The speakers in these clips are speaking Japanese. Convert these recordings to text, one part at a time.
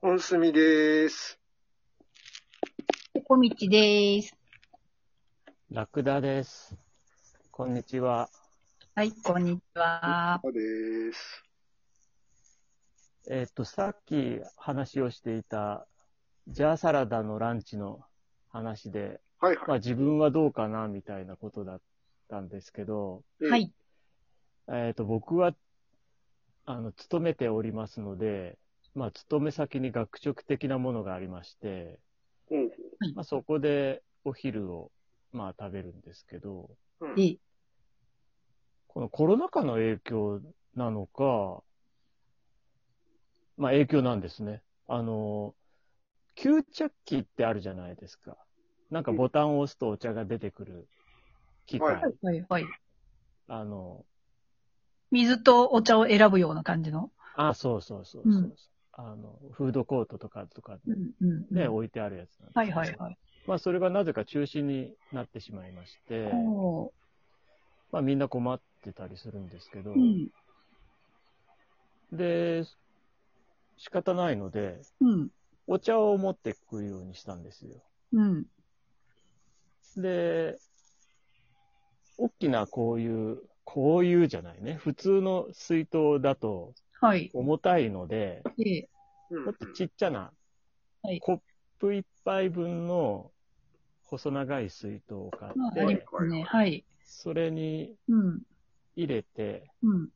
本すみでーす。ここみちでーす。ラクダです。こんにちは。はい、こんにちは。でーす。えっ、と、さっき話をしていた、ジャーサラダのランチの話で、はいはまあ自分はどうかな、みたいなことだったんですけど、い。はい。えっ、と、僕は、あの、勤めておりますので、まあ、勤め先に学食的なものがありまして、うん。まあ、そこでお昼を、まあ、食べるんですけど、うんで、このコロナ禍の影響なのか、まあ影響なんですね。あの、吸着器ってあるじゃないですか。なんかボタンを押すとお茶が出てくる機械。ははい、はい、はい。あの、水とお茶を選ぶような感じの。あ、そうそうそうそうそう、うんあの、フードコートとかとかうん、うん。ね、置いてあるやつなんですけどはい、はい、はい。まあそれがなぜか中止になってしまいまして、おまあみんな困ってたりするんですけど、ーうん、で、仕方ないので、うん、お茶を持ってくるようにしたんですよ。うん。で、大きなこういう、こういうじゃないね。普通の水筒だとはい。重たいので、で、うんもっとちっちゃなはい、コップ一杯分の細長い水筒を買まあ、あっりて、ますね。はい。それにうん、入れて、うん、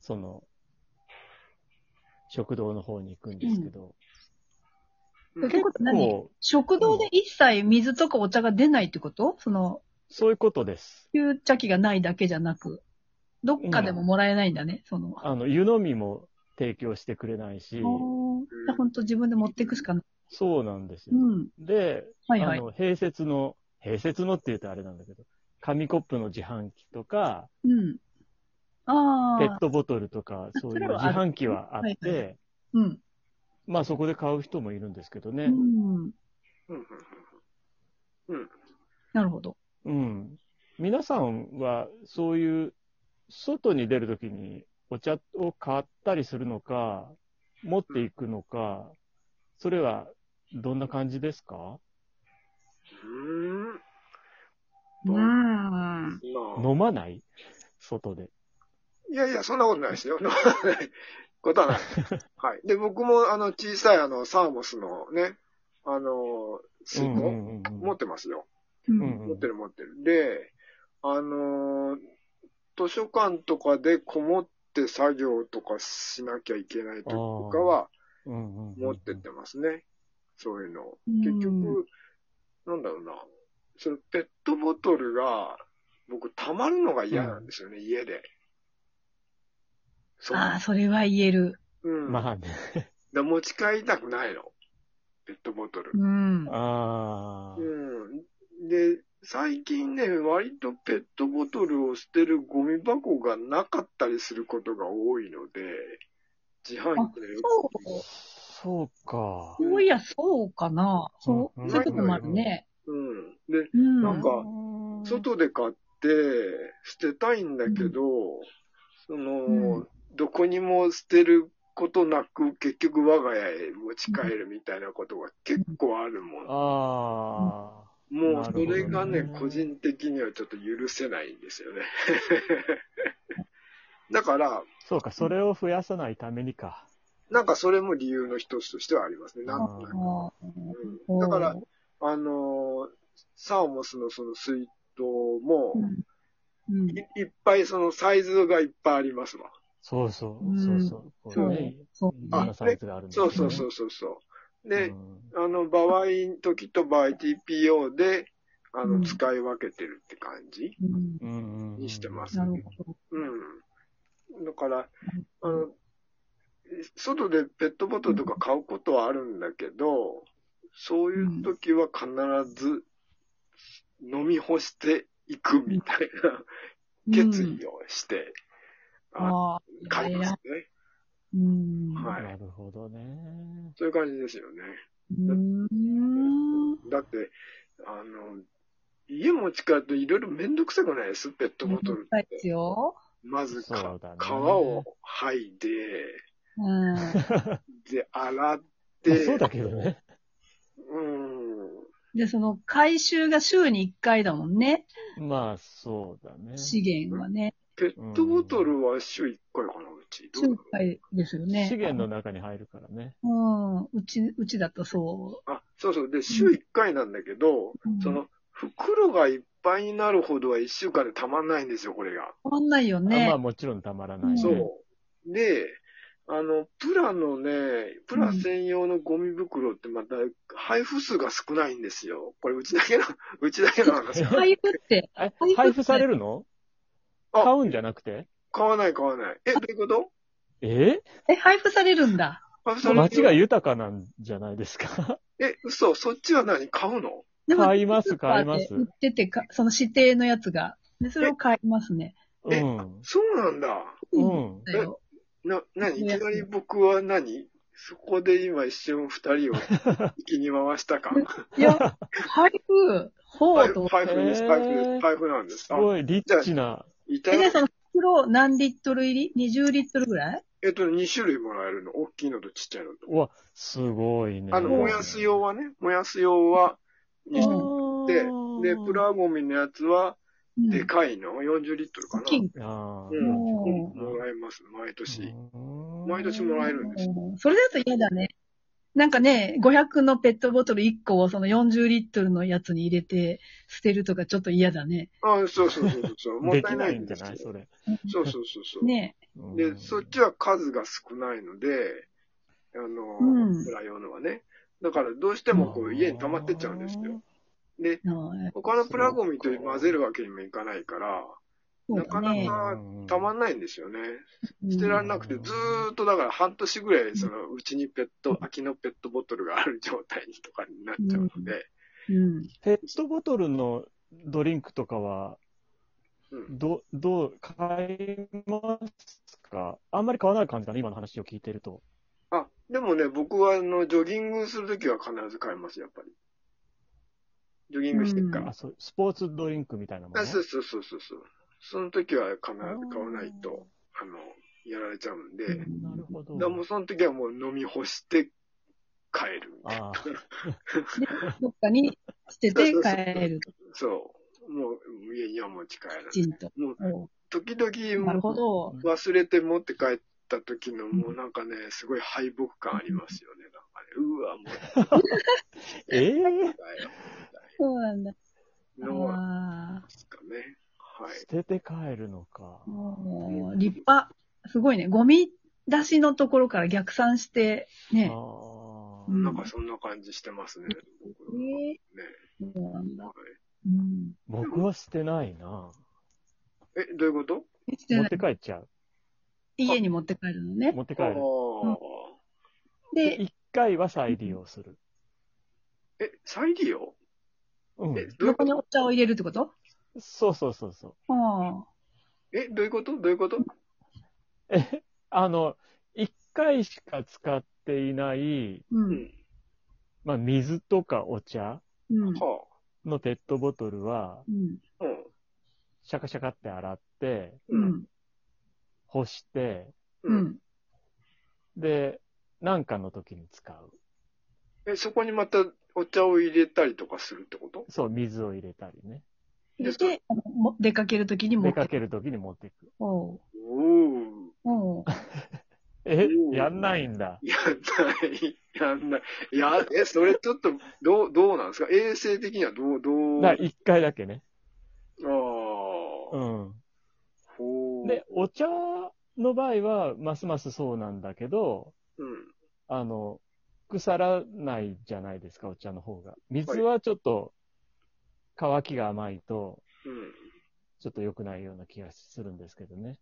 その、食堂の方に行くんですけど、うんってことは何結構食堂で一切水とかお茶が出ないってことその、そういうことです。吸茶器がないだけじゃなく、どっかでももらえないんだね、その。あの、湯飲みも提供してくれないし、おーじゃあほんと自分で持っていくしかない。そうなんですよう。ん。で、はいはいあの、併設の、併設のって言うとあれなんだけど、紙コップの自販機とか、うん。ああ。ペットボトルとか、そういそうれ自はある販機はあっはいはて、うん。まあそこで買う人もいるんですけどうね。ん。うんうんうん。なるほど。うん。皆さんは、そういう、外に出るときにお茶を買ったりするのか、持っていくのか、それはどんな感じですかうん。うううんん。ーん。まあ飲まない外で。いやいや、そんなことないですよ。飲ま ないこと はない。はい。で、僕も、あの、小さい、あの、サーモスのね、あの、水筒、うん持ってますよ。うんうんうん持ってる持ってる。で、あのー図書館とかでこもって作業とかしなきゃいけない時とかはうんうん持ってってますね。そういうのを。うん結局、なんだろうな。そのペットボトルが、僕、溜まるのが嫌なんですよね、家で。そう。ああ、それは言える。うん。まあね。で持ち帰りたくないの。ペットボトル。うん。ああ。うん。で、最近ね、割とペットボトルを捨てるゴミ箱がなかったりすることが多いので、自販機でよそう。そうか。そういや、そうかな。そう、うんそういうこともあるね。く、うん。で、うん。なんかうん外で買って捨てたいんだけど、その、うんどこにも捨てることなく、結局我が家へ持ち帰るみたいなことが結構あるもん。ああ。もうそれがね、なるほどね個人的にはちょっと許せないんですよね。 だから、そうか、それを増やさないためにか。なんかそれも理由の一つとしてはありますね。なんとなく。あうん、ーだから、、あのーサーモスのその水筒もう、ん。うんいいっぱいそのサイズがいっぱいありますわ。そうそうう、んそうそう。こそううね。そういねろんなサイズがあるん。そうそうそううそうそう。うで、んあの、場合、時と場合 TPO で、あうの、ん使い分けてるって感じ。うん。うんうん。にしてますなるほど。うん。だから、あの、外でペットボトルとか買うことはあるんだけど、そういう時は必ず飲み干していくみたいな決意をして、あああ。買いますね。うん。はいなるほどね。そういう感じですよね。うん。だって、あの、家持ち帰るといろいろめんどくさくないですペットボトルはっいて。ですよ。まずそか、うだね皮を剥いで、うん。で、洗っまあて、そうだけどね。うん。で、その回収が週に1回だもんね。まあ、そうだね。資源はね。ペットボトルは週1回かな、うち。週1回ですよね。資源の中に入るからね。うん。うち、うちだとそあ、そうそう。で、週1回なんだけど、う。うんその、袋がいっぱいになるほどは1週間でたまんないんですよ、これが。変わんないよあねまあ、。もちろんたまらない、ね。そう。で、あの、プラのね、プラ専用のゴミ袋ってまた配布数が少ないんですよ。これうちだけの、 うちだけの話。配布っ て、え配布配布されるのあ買うんじゃなくて買わない買わない。え、どういうことええ、配布されるんだ。あそれ街が豊かなんじゃないですかえ、嘘、そっちは何買うのでも買います買いますスーパーで売っててか、その指定のやつが。で、それを買いますね。うえん。そうなんだ。うん。だよ。な、なにいきなり僕は何そこで今一瞬二人を気に回したか。いや、配布、ほ配うと布思配っ布です、へー配布です、配布なんです。すあ、ごいリッチな。いたて。え、で、よ。その袋何リットル入り ?20 リットルぐらいえっと、2種類もらえるの。大きいのとちっちゃいのと。うわ、すごいね。あの、燃やす用はね、燃やす用は2種類うで、で、んプラゴミのやつは、うんでかいの、40リットルか大な。きい。あうーん。おーもらえます、毎年。うん毎年もらえるんです。うんそれだと嫌だね。なんかね、500のペットボトル1個をその40リットルのやつに入れて捨てるとかちょっと嫌だね。あ、そうそうそうそう。もっ でたきいなないいんんじでゃすないよ。それ。そうそうそうそう。ね。で、そっちは。は数が少ないので、あの、うんプラ用のはね。だからどうしてもこううん家に溜まってっちゃうんですよ。。で、はい他のプラゴミと混ぜるわけにもいかないから、そうだねなかなかうんたまんないんですよね。うん捨てられなくて、ずーっとだから半年ぐらい、その、うちにペット、空きのペットボトルがある状態にとかになっちゃうので、うん。ペットボトルのドリンクとかは、うん。ど、どう、買いますかあんまり買わない感じだね、今の話を聞いてると。あ、でもね、僕はあの、ジョギングするときは必ず買います、やっぱり。ジョギングしてるかうらあ。そうスポーツドリンクみたいなもの、あそうそうそうそうそう。その時は必ず買わないと、あの、やられちゃうんで、うんなるほど。でもうその時はもう飲み干して帰るみ たいな。あどっかに捨てて帰る。そう。もう家には持ち帰らない。きちんと。もうお時う々なるほど。忘れて持って帰った時のもうなんかね、すごい敗北感ありますよね。なんかね、うわ、もうええ帰ろそうなんだ。うのはああ。ですかね。はい捨。てて帰るのか。もう、立派。すごいね。ゴミ出しのところから逆算して、ね。あうあ。んなんかそんな感じしてますね。僕はね。えーそうなんはだ。いうん。僕は捨てないな。え、どういうこと捨てな持っいて帰っちゃう。家に持って帰るのね。持って帰あある。ー。で、一回は再利用する。え、再利用うん。え、どういうこ横にとお茶を入れるってことそうそうそうそう。ああ。え、どういうことどういうことえ、あの、一回しか使っていない、う。うんん。まあ、水とかお茶うん。はのペットボトルは、うん。あ。うん。シャカシャカって洗って、ううん。ん。干して、ううん。ん。で、なんかの時に使う。え、そこにまたお茶を入れたりとかするってことそう、水を入れたりね。入れて、あのも出かけるときに持出ってか帰る。ける時に持っていく。おうおお。おうえう、んやんないんだ。やんない。やんない。や、え、それちょっと、どう、どうなんですか衛生的にはどう、どう。だあ一回だけね。うあ。ん。ほう。で、、お茶の場合は、ますますそうなんだけど、うん。あの、腐らないじゃないですか、お茶の方が。水はちょっと、乾きが甘いと、ちょっと良くないような気がするんですけどね。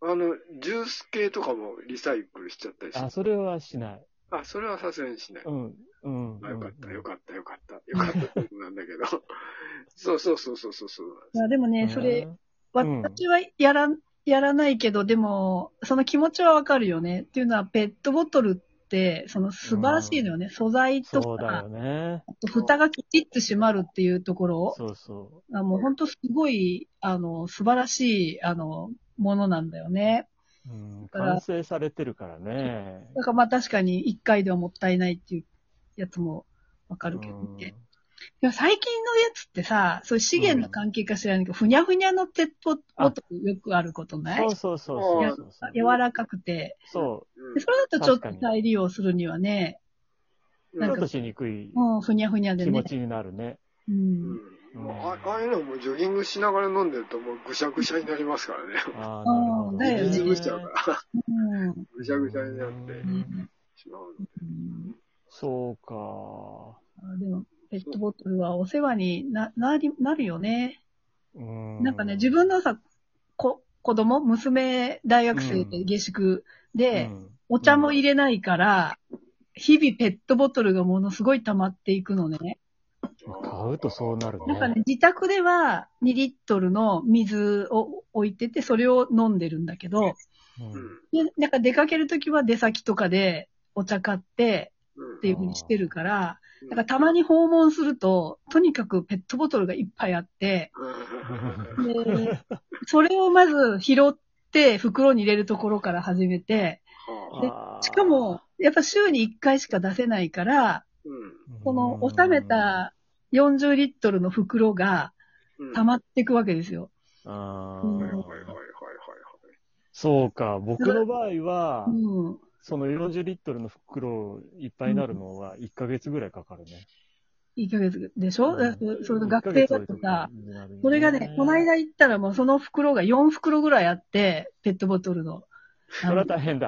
うん。あの、ジュース系とかもリサイクルしちゃったりしてあ、。それはしない。あ、それはさすがにしない。うん、うん。あよかった、よかっかった、よかった、よかったことなんだけど。 そうそうそうそうそうそう。いや、でもね、それ、。私はやら、やらないけど、でも、その気持ちはわかるよね。っていうのは、ペットボトルって、その素晴らしいのよね。素材とそうだか、よね。あと蓋がきちっと閉まるっていうところそうそあもう本当すごい、あの、素晴らしい、あの、ものなんだよね。う。うん、から完成されてるからね。なんかまあ確かに一回ではもったいないっていうやつもわかるけどね。うんでも最近のやつってさ、そういう資源の関係か知らないけど、ふにゃふにゃのペットボトルよくあることないそうそうそうそうそうそう。柔らかくて。そでそれだとちょっと再利用するにはね、うう。んちなょんっかとしにくいうん、ふにゃふにゃで気持ね。ちになるね。う。うんんもうあああいうのもジョギングしながら飲んでるともうぐしゃぐしゃになりますからね。ああ、なるほどね。あーね水ぶしちゃうから、うん。ぐしゃぐしゃになってうんしまうの。うんそうか。あでも、ペットボトルはお世話にななりなるよね。うんなんかね、自分のさ、こ子供、娘、大学生で下宿で、うんお茶も入れないから、日々ペットボトルがものすごい溜まっていくのね。買うとそうなるね。なんかね、自宅では2リットルの水を置いてて、それを飲んでるんだけど、ううんんでなんか出かけるときは出先とかでお茶買ってうんっていうふうにしてるから、うんなんかたまに訪問すると、とにかくペットボトルがいっぱいあって、 うんでそれをまず拾って袋に入れるところから始めて、であーしかも、、やっぱ週に1回しか出せないから、この収めた40リットルの袋がうん溜まっていくわけですよ。うん、あうんはいはいはいーはいはいはい。そうか、僕の場合はう、ん。その40リットルの袋いっぱいになるのは1ヶ月ぐらいかかるね。 1ヶ月でしょ、うんそその学生だとさ、それがね、このないだ間行ったらもうその袋が4袋ぐらいあって、ペットボトルの。それは大変だ。